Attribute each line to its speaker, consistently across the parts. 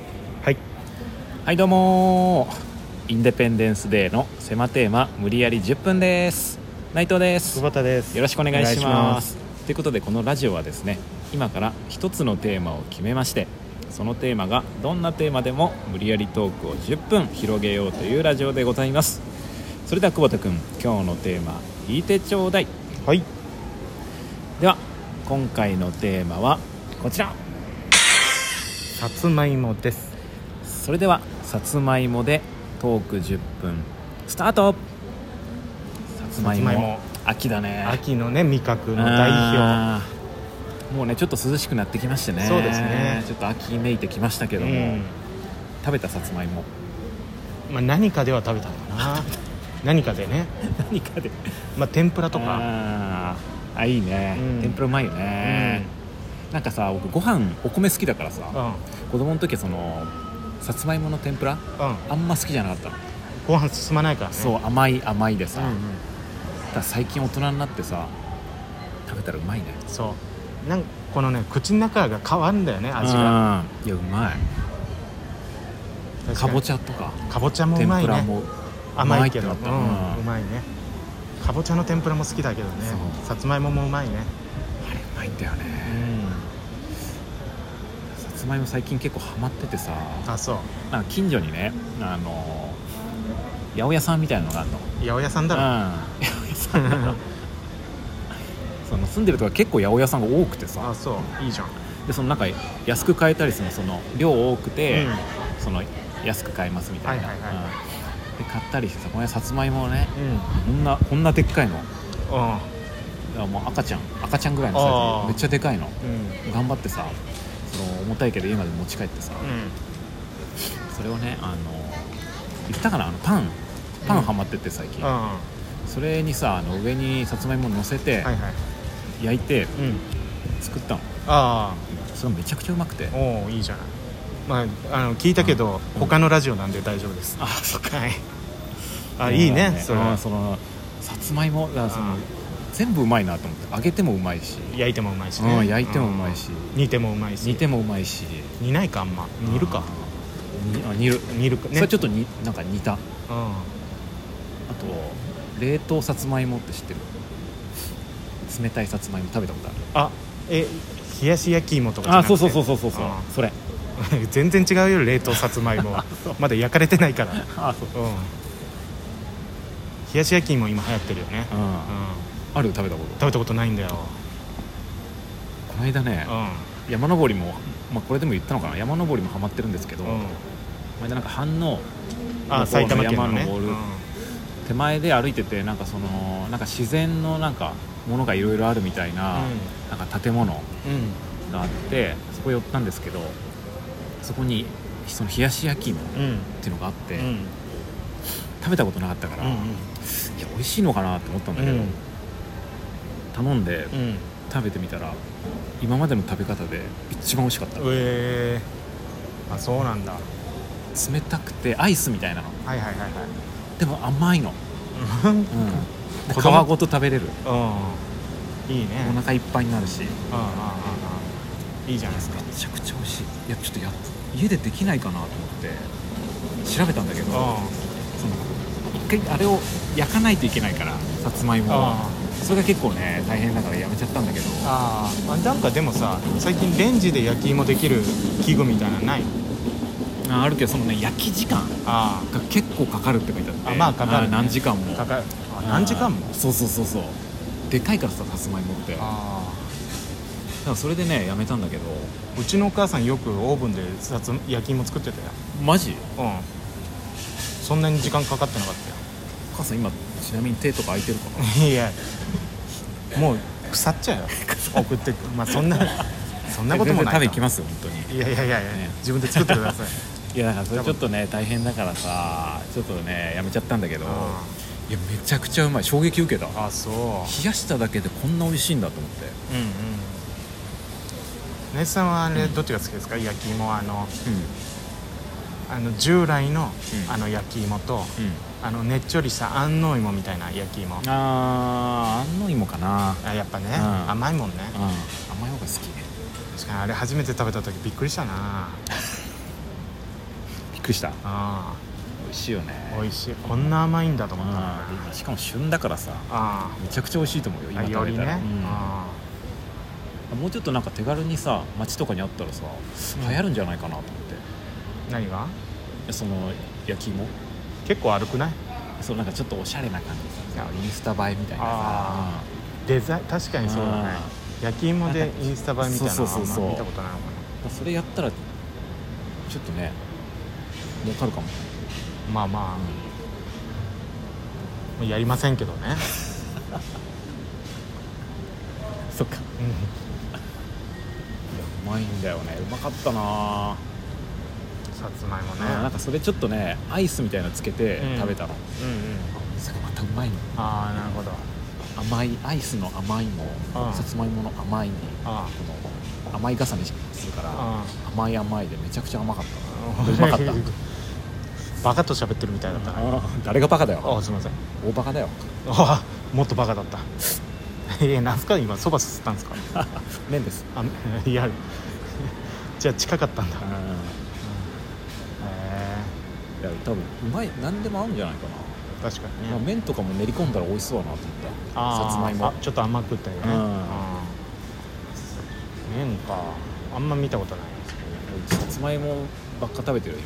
Speaker 1: はい
Speaker 2: はいどうもーインデペンデンスデーの狭テーマ無理やり10分です内藤です
Speaker 1: 久
Speaker 2: よ
Speaker 1: 保田です
Speaker 2: ろしくお願いし
Speaker 1: お願
Speaker 2: ま
Speaker 1: い
Speaker 2: すということでこのラジオはですね今から一つのテーマを決めましてそのテーマがどんなテーマでも無理やりトークを10分広げようというラジオでございますそれでは久保田君今日のテーマ聞いてちょうだい
Speaker 1: はい
Speaker 2: では今回のテーマはこちら
Speaker 1: さつまいもです
Speaker 2: それではさつまいもでトーク10分スタートさつまいも
Speaker 1: さつまいも
Speaker 2: 秋だね
Speaker 1: 秋のね味覚の代表
Speaker 2: あーもうねちょっと涼しくなってきましてね
Speaker 1: そうですね
Speaker 2: ちょっと秋めいてきましたけども、
Speaker 1: うん
Speaker 2: 食べたさつまいも
Speaker 1: まあ、何かでは食べたのかな何かでね、
Speaker 2: 何かで
Speaker 1: まあ、天ぷらとか
Speaker 2: あーあいいね、
Speaker 1: うん
Speaker 2: 天ぷらうまいよね、なんかさ僕ご飯お米好きだから
Speaker 1: う
Speaker 2: さ
Speaker 1: ん
Speaker 2: 子供の時はそのさつまいもの天ぷら
Speaker 1: うん
Speaker 2: あんま好きじゃなかったの
Speaker 1: ご飯進まないからね
Speaker 2: そう甘い甘いでさ、
Speaker 1: うんうん
Speaker 2: ただ最近大人になってさ食べたらうまいね
Speaker 1: そうなんかこのね口の中が変わるんだよね味が
Speaker 2: がいやうまい
Speaker 1: 確
Speaker 2: か
Speaker 1: か
Speaker 2: ぼ
Speaker 1: に
Speaker 2: ちゃとか
Speaker 1: かぼちゃもう
Speaker 2: 天
Speaker 1: まい
Speaker 2: ぷら
Speaker 1: ね
Speaker 2: も
Speaker 1: 甘いけど
Speaker 2: う
Speaker 1: うん
Speaker 2: まいって
Speaker 1: う
Speaker 2: なったうん
Speaker 1: まいねかぼちゃの天ぷらも好きだけどね
Speaker 2: そう
Speaker 1: さつまいももうまいね
Speaker 2: あれうまいんだよ
Speaker 1: う
Speaker 2: ね
Speaker 1: ん
Speaker 2: さつまいも最近結構ハマっててさ
Speaker 1: あそう
Speaker 2: なんか近所にねあの八百屋さんみたいなのがあるの
Speaker 1: 八百屋さん
Speaker 2: うん
Speaker 1: だろ
Speaker 2: 八百屋さん なのその住んでるとこは結構八百屋さんが多くて
Speaker 1: あ
Speaker 2: さ
Speaker 1: そういいじゃん、
Speaker 2: でそのなんか安く買えたりするのその量多くて、その安く買えますみたいな、
Speaker 1: はいはいは
Speaker 2: うんで買ったりしてさこの間さつまいもをね
Speaker 1: うんうん
Speaker 2: こんなこんなでっかいのだか
Speaker 1: あ
Speaker 2: らもう赤ちゃん赤ちゃんぐらいのサイ
Speaker 1: あ
Speaker 2: ズ
Speaker 1: ー
Speaker 2: めっちゃでかいの
Speaker 1: うんうん
Speaker 2: 頑張ってさその重たいけど家まで持ち帰ってさ、それをねあの言ったかなあのパンパンハマってて最近、
Speaker 1: は
Speaker 2: それにさあの上にさつまいも乗せて
Speaker 1: いはい
Speaker 2: 焼いて
Speaker 1: うん
Speaker 2: 作ったの、
Speaker 1: あ
Speaker 2: それがめちゃくちゃうまくて
Speaker 1: あおおいいじゃないまああの聞いたけど
Speaker 2: うん
Speaker 1: 他のラジオなんで大丈夫です
Speaker 2: あそっか
Speaker 1: はいあいいねそ
Speaker 2: そ
Speaker 1: れ
Speaker 2: のそのさつまいもだからその
Speaker 1: うん
Speaker 2: 全部うまいなと思って揚げてもうまいし
Speaker 1: 焼いてもうまいし
Speaker 2: う
Speaker 1: ね
Speaker 2: ん焼いてもうまいし
Speaker 1: うん煮てもうまいし
Speaker 2: 煮てもうまいし
Speaker 1: 煮ないかあんま煮るか
Speaker 2: にあ煮る
Speaker 1: 煮るか
Speaker 2: そ
Speaker 1: ね
Speaker 2: れちょっとになんか似たあ
Speaker 1: うん
Speaker 2: と冷凍さつまいもって知ってる冷たいさつまいも食べたことある
Speaker 1: あえ冷やし焼き芋とかじゃ
Speaker 2: あ
Speaker 1: なくて
Speaker 2: そうそうそうそうそうそう
Speaker 1: あ
Speaker 2: それ
Speaker 1: ー全然違うよ冷凍さつまいもはまだ焼かれてないからうん
Speaker 2: あそう
Speaker 1: 冷やし焼き芋今流行ってるよね
Speaker 2: うん
Speaker 1: うん
Speaker 2: ある食べたこと
Speaker 1: 食べたことないんだよ
Speaker 2: この間ね
Speaker 1: う
Speaker 2: 山登りもまあこれでも言ったのかな山登りもハマってるんですけど
Speaker 1: ん、うん、
Speaker 2: この間なんか飯能
Speaker 1: あ埼玉県のね
Speaker 2: 山登
Speaker 1: う
Speaker 2: る
Speaker 1: ん
Speaker 2: 手前で歩いててなんかそのなんか自然のなんかものがいろいろあるみたいな、なんか建物があってそこ寄ったんですけどそこにその冷やし焼き芋っ
Speaker 1: うんうん
Speaker 2: ていうのがあって、
Speaker 1: うん
Speaker 2: 食べたことなかったから、
Speaker 1: うん
Speaker 2: いや美味しいのかなと思ったんだけど、
Speaker 1: うん
Speaker 2: 頼んで
Speaker 1: うん
Speaker 2: 食べてみたら今までの食べ方で一番美味しかった
Speaker 1: うえー、あそうなんだはい
Speaker 2: 冷たくてアイスみたいなの
Speaker 1: はいはいはい
Speaker 2: でも甘いの、
Speaker 1: うん
Speaker 2: うん、で
Speaker 1: 子供
Speaker 2: 皮ごと食べれる
Speaker 1: いいね
Speaker 2: お腹いっぱいになるしめ
Speaker 1: うんうんうんうんいいじゃないですか
Speaker 2: ちゃくちゃ美味しいいやちょっとやっ家でできないかなと思って調べたんだけど
Speaker 1: う
Speaker 2: その一回あれを焼かないといけないからさつまいも
Speaker 1: ん
Speaker 2: はそれが結構ね大変だからやめちゃったんだけど
Speaker 1: あーあなんかでもさ最近レンジで焼き芋できる器具みたいなのない
Speaker 2: ああるけどそのね焼き時間
Speaker 1: あ
Speaker 2: が結構かかるって書いてあって
Speaker 1: あまあかかるね
Speaker 2: ー何時間も
Speaker 1: あかかるあ何時間も
Speaker 2: あーそうそうそうそうでかいからささつまいもってだか
Speaker 1: あ
Speaker 2: らそれでねやめたんだけど
Speaker 1: あうちのお母さんよくオーブンでさつ焼き芋作ってたよ
Speaker 2: マジ
Speaker 1: うんそんなに時間かかってなかった
Speaker 2: お母さん今ちなみに手とか空いてるかな
Speaker 1: よいやもう腐っちゃうよ送ってくまあそんなそんなこともない
Speaker 2: 全然食べ
Speaker 1: べ
Speaker 2: 行きますよ本当に
Speaker 1: いやいやいやいや、
Speaker 2: ね
Speaker 1: 自分で作ってくだ さい
Speaker 2: いやだからそれちょっとね大変だからさちょっとねやめちゃったんだけどい
Speaker 1: あ
Speaker 2: やめちゃくちゃうまい衝撃受けた冷
Speaker 1: あそう
Speaker 2: やしただけでこんな美味しいんだと思って
Speaker 1: うんうん根津さんはあれどっちが好きですか、焼き芋はあの
Speaker 2: う
Speaker 1: あの従来の、
Speaker 2: うん
Speaker 1: あの焼き芋と
Speaker 2: ん、うん
Speaker 1: あのねっちょりした安納芋みたいな焼き芋
Speaker 2: あー安納芋かな
Speaker 1: あやっぱね、
Speaker 2: うん
Speaker 1: 甘いもんね
Speaker 2: うん甘い方が好きね
Speaker 1: 確かにあれ初めて食べた時びっくりしたな
Speaker 2: くりした
Speaker 1: あ
Speaker 2: 美味しいよね
Speaker 1: あ美味しいこんな甘いんだと
Speaker 2: う
Speaker 1: 思ったな、
Speaker 2: んで今しかも旬だからさ
Speaker 1: あ
Speaker 2: めちゃくちゃ美味しいと思うよ
Speaker 1: あ
Speaker 2: 今
Speaker 1: よ
Speaker 2: 食べ
Speaker 1: り
Speaker 2: たら、
Speaker 1: ね、
Speaker 2: うん
Speaker 1: あ
Speaker 2: もうちょっとなんか手軽にさ街とかにあったらさ
Speaker 1: うん
Speaker 2: 流行るんじゃないかなと思っ
Speaker 1: あ何が
Speaker 2: てその焼き芋
Speaker 1: 結構悪くない
Speaker 2: そうなんかちょっとおしゃれな感じさインスタ映えみたいなさ
Speaker 1: あデザイン確かにそうだね
Speaker 2: あ
Speaker 1: 焼き芋でインスタ映えみたいな
Speaker 2: そうそうそうそ
Speaker 1: あん
Speaker 2: う
Speaker 1: ま見たことないもんね
Speaker 2: うんそれやったらちょっとね儲かるかも、
Speaker 1: まあまあ、もうやりませんけど ね、
Speaker 2: そっかうまいんだよねうまかったな、
Speaker 1: さつまいもね
Speaker 2: なんかそれちょっとねアイスみたいなのつけて
Speaker 1: うん
Speaker 2: 食べたの、
Speaker 1: うんうん
Speaker 2: それまたうまいの
Speaker 1: ああなるほど
Speaker 2: 甘いアイスの甘いも
Speaker 1: うん
Speaker 2: さつまいもの甘いにこ
Speaker 1: あ
Speaker 2: の甘い重ねするから
Speaker 1: あ
Speaker 2: 甘い甘いでめちゃくちゃ甘かっ
Speaker 1: う
Speaker 2: た
Speaker 1: ん
Speaker 2: うまかった
Speaker 1: バカと喋ってるみたいだったな
Speaker 2: 誰がバカだよ
Speaker 1: あすいません
Speaker 2: 大バカだよ
Speaker 1: あもっとバカだった えなんすか今そばすすったんですか
Speaker 2: 麺です
Speaker 1: あいや じゃあ近かったんだ
Speaker 2: う
Speaker 1: へ
Speaker 2: ん
Speaker 1: え
Speaker 2: いや多分うまい何でも合うんじゃないかな、
Speaker 1: 確か
Speaker 2: まあ、
Speaker 1: にね
Speaker 2: 麺とかも練り込んだら美味しそうだなと思った
Speaker 1: あー
Speaker 2: さつまいも
Speaker 1: あちょっと甘くてね
Speaker 2: うん
Speaker 1: あー麺かあんま見たことない
Speaker 2: さつまいもばっか食べてるよ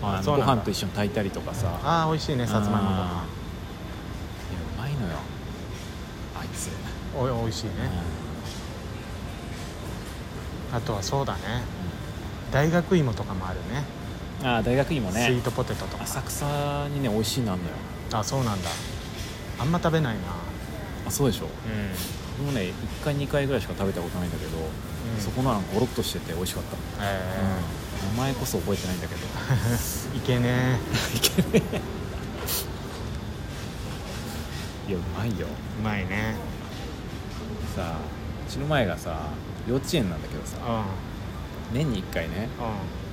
Speaker 2: 今
Speaker 1: あ
Speaker 2: の
Speaker 1: そう
Speaker 2: ご
Speaker 1: なんだ
Speaker 2: 飯と一緒に炊いたりとかさ
Speaker 1: ああ美味しいねさつまいも
Speaker 2: うんい
Speaker 1: と
Speaker 2: や
Speaker 1: か
Speaker 2: うまいのよあいつ、
Speaker 1: おい美味しいね
Speaker 2: うん
Speaker 1: あとはそうだね大学芋とかもあるね
Speaker 2: ああ大学芋
Speaker 1: スイー
Speaker 2: ね
Speaker 1: トポテトとか
Speaker 2: 浅草にね美味しいのあんのよ
Speaker 1: あそうなんだあんま食べないな
Speaker 2: あそうでしょ
Speaker 1: うん
Speaker 2: 僕もね1回2回ぐらいしか食べたことないんだけど、
Speaker 1: うん
Speaker 2: そこのはゴロッとしてて美味しかった、
Speaker 1: え
Speaker 2: 名前こそ覚えてないん だけど
Speaker 1: ーいけね
Speaker 2: いやうまいよ
Speaker 1: うまいね
Speaker 2: さあうちの前がさ幼稚園なんだけどさ
Speaker 1: うんうん
Speaker 2: 年に1回ね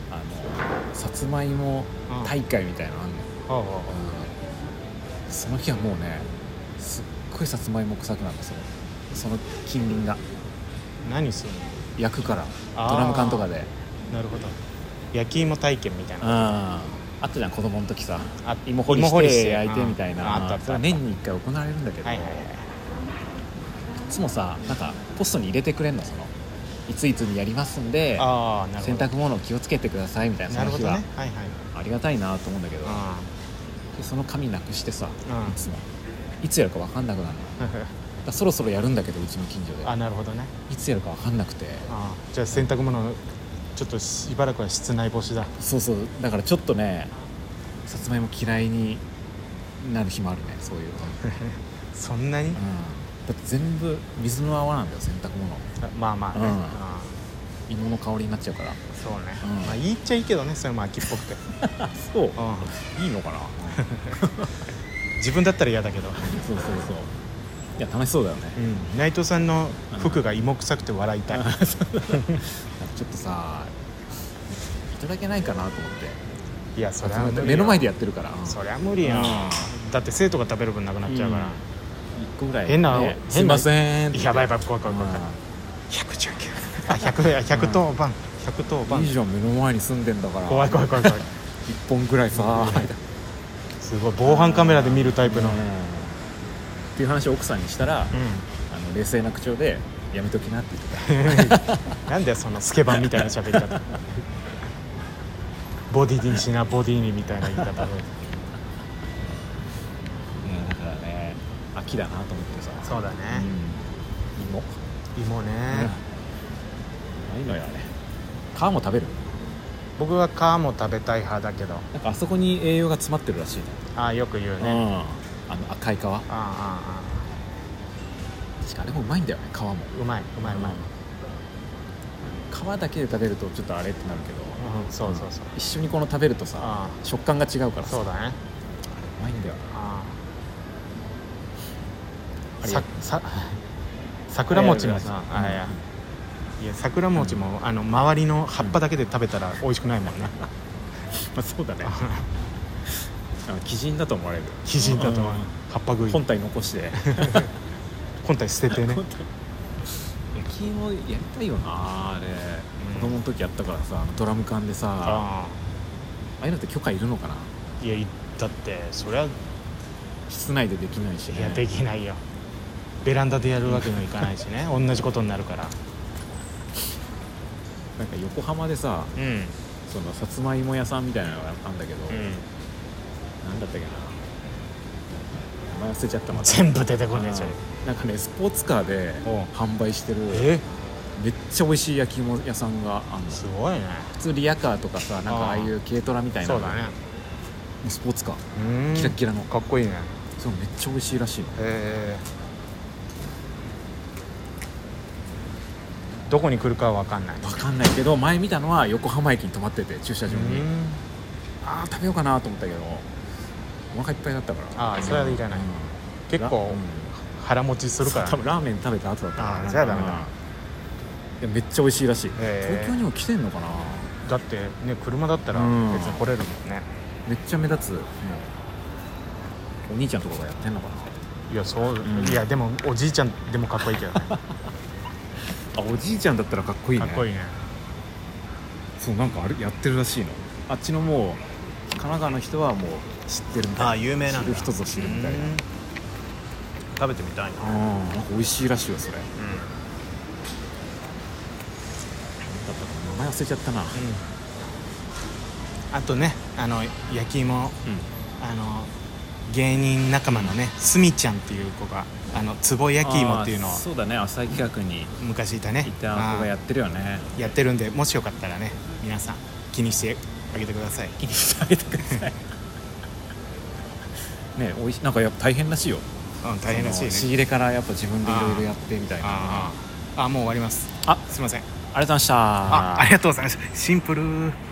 Speaker 2: あのさつまいも大会みたいなのあんのよ、
Speaker 1: ほうほ
Speaker 2: その日はもうねすっごいさつまいも臭くなったそのその近隣が
Speaker 1: う何する
Speaker 2: 焼くから
Speaker 1: あー
Speaker 2: ドラム缶とかで
Speaker 1: のなるほど焼き芋体験みたいな
Speaker 2: ああったじゃん子供の時さ
Speaker 1: あ
Speaker 2: 芋掘りして焼いて
Speaker 1: うん
Speaker 2: みたい
Speaker 1: ああ
Speaker 2: な
Speaker 1: ったあった
Speaker 2: それ年に1回行われるんだけど、
Speaker 1: はい
Speaker 2: い
Speaker 1: はいはい
Speaker 2: つもさなんかポストに入れてくれんのそのいついつにやりますんで
Speaker 1: ああなる
Speaker 2: 洗
Speaker 1: ほど
Speaker 2: 濯物を気をつけてくださいみたいな
Speaker 1: な
Speaker 2: そ
Speaker 1: る
Speaker 2: の
Speaker 1: ほど
Speaker 2: 日は、
Speaker 1: ねはいはい
Speaker 2: ありがたいなと思うんだけど
Speaker 1: う
Speaker 2: でその紙なくしてさ
Speaker 1: ん
Speaker 2: いつもいつやるか分かんなくなるのだからそろそろやるんだけどうちの近所
Speaker 1: うんあ
Speaker 2: で
Speaker 1: なるほどね
Speaker 2: いつやるか分かんなくて
Speaker 1: あーじゃあ洗濯物ちょっとしばらくは室内干しだ
Speaker 2: そうそうだからちょっとねさつまいも嫌いになる日もあるねそう いうの、うん、
Speaker 1: そんなに
Speaker 2: だって全部水の泡なんだよ洗濯物
Speaker 1: あまあまあね
Speaker 2: うん
Speaker 1: あ
Speaker 2: 芋の香りになっちゃうから
Speaker 1: ーそうね
Speaker 2: うん
Speaker 1: まあ言っちゃいいけどねそれも秋っぽくて
Speaker 2: あそう
Speaker 1: うん
Speaker 2: いいの かな
Speaker 1: 自分だったら嫌だけど
Speaker 2: そうそうそういや楽しそうだよね
Speaker 1: うん内藤さんの服が芋臭くて笑いたい
Speaker 2: ちょっとさいただけないかなと思って
Speaker 1: いやそれは無理よ
Speaker 2: 目の前でやってるから
Speaker 1: そりゃ無理やんだって生徒が食べる分なくなっちゃうから、
Speaker 2: 1個ぐらい
Speaker 1: 変な
Speaker 2: ね
Speaker 1: 変な
Speaker 2: すいません
Speaker 1: やばいやばい怖い怖い怖い怖い119あ100 110番110
Speaker 2: うんいい
Speaker 1: 番
Speaker 2: じゃん目の前に住んでんだから
Speaker 1: 怖い怖い怖い怖い
Speaker 2: 1本ぐらいさ
Speaker 1: すごい防犯カメラで見るタイプの、
Speaker 2: うんっていう話を奥さんにしたら、
Speaker 1: う
Speaker 2: あの冷静な口調で「やめときな」って言ってた
Speaker 1: ん、なんだよそのスケバンみたいな喋り方ボディにしなボディにみたいな言い方で
Speaker 2: だからね秋だなと思ってさ
Speaker 1: そうだね
Speaker 2: うん芋
Speaker 1: 芋ね、
Speaker 2: ないのよね皮も食べる
Speaker 1: 僕は皮も食べたい派だけど
Speaker 2: なんかあそこに栄養が詰まってるらしいね
Speaker 1: ああよく言うね、あ
Speaker 2: うんあの赤い皮確
Speaker 1: ああ
Speaker 2: かあれもうまいんだよね皮も
Speaker 1: あうまいうまいうまい、
Speaker 2: 皮だけで食べるとちょっとあれってなるけど
Speaker 1: うん、そうそうそう、
Speaker 2: 一緒にこの食べるとさ
Speaker 1: あ
Speaker 2: 食感が違うか
Speaker 1: あ
Speaker 2: らさ
Speaker 1: そうだね
Speaker 2: うまいんだよ
Speaker 1: あ
Speaker 2: あ
Speaker 1: あ
Speaker 2: り
Speaker 1: さ
Speaker 2: がと
Speaker 1: さ桜餅もさあ
Speaker 2: あり
Speaker 1: い
Speaker 2: が
Speaker 1: や
Speaker 2: とう
Speaker 1: いや桜餅もあの周りの葉っぱだけで食べたら美味しくないもんね
Speaker 2: まあそうだねあの鬼人だと思われる
Speaker 1: 基人だと
Speaker 2: うん
Speaker 1: 葉っぱ食い
Speaker 2: 本体残して
Speaker 1: 本体捨ててね
Speaker 2: 本体焼き芋やりたいよなあれ、
Speaker 1: うん
Speaker 2: 子供の時やったからさあのドラム缶でさ
Speaker 1: あ
Speaker 2: ああいうのって許可いるのかない
Speaker 3: やいだってそりゃい
Speaker 2: 室内でできないし、ね、
Speaker 3: やできないよ
Speaker 1: ベランダでやるわけにもいかないしね同じことになるから
Speaker 2: なんか横浜でさ
Speaker 3: うんうん
Speaker 2: そのさつまいも屋さんみたいなのがあんだけど、なんだったっけな名前忘れちゃったまた
Speaker 3: 全部出てこねえじゃん
Speaker 2: うんなんかねスポーツカーで
Speaker 3: おう
Speaker 2: 販売してる
Speaker 3: え
Speaker 2: めっちゃ美味しい焼き芋屋さんがあんの
Speaker 3: すごいね
Speaker 2: 普通リヤカーとかさなんかああいう軽トラみたいな
Speaker 3: そうだね
Speaker 2: スポーツカー
Speaker 3: うん
Speaker 2: キラッキラの
Speaker 3: かっこいいね
Speaker 2: そうめっちゃ美味しいらしいの
Speaker 3: へ
Speaker 1: どこに来るかは分かんない
Speaker 2: 分かんないけど前見たのは横浜駅に止まってて駐車
Speaker 3: え
Speaker 2: 場にああ食べようかなと思ったけどお腹いっぱいだったから
Speaker 3: ああそれはいらない結構腹持ちす
Speaker 2: す
Speaker 3: る
Speaker 2: る
Speaker 3: かね
Speaker 2: からら多分ラーメン食べた後だったから
Speaker 3: あーじゃあダメだ
Speaker 2: いやめっちゃ美味しいらしい
Speaker 3: へー
Speaker 2: 東京にも来てんのかな
Speaker 3: だってね車だったら
Speaker 2: うん
Speaker 3: 別に来れるもんね
Speaker 2: めっちゃ目立つもうお兄ちゃんとかがやってんのか
Speaker 3: いやそう、
Speaker 2: ん
Speaker 3: いやでもおじいちゃんでもかっこいいけどね
Speaker 2: なあおじいちゃんだったらかっこいい
Speaker 3: か
Speaker 2: ね
Speaker 3: っこいいね
Speaker 2: そうなんかあれやってるらしいのあっちのもう神奈川の人はもう知ってるみたいな
Speaker 3: 有名
Speaker 2: 知る人ぞ知るみたいな
Speaker 3: うん食べてみたいな、
Speaker 2: うんなんか美味しいらしいよそれだっ
Speaker 3: う
Speaker 2: たかな名前忘れちゃったな、
Speaker 1: あとねあの焼き芋
Speaker 2: うん
Speaker 1: あの芸人仲間のねすみちゃんっていう子があのつぼ焼き芋っていうのを
Speaker 2: あーそうだね浅井企画に
Speaker 1: 昔いたね
Speaker 2: いた子がやってるよね
Speaker 1: あーやってるんでもしよかったらね皆さん気にしてあげてください
Speaker 2: 気にしてあげてくださいねおいしなんかやっぱ大変らしいよ
Speaker 1: うん大変らしいね
Speaker 2: その仕入れからやっぱ自分でいろいろやってみたいな
Speaker 1: あーあーあーもう終わります
Speaker 2: あ
Speaker 1: すいません
Speaker 2: ありがとうございました
Speaker 1: あありがとうございますシンプル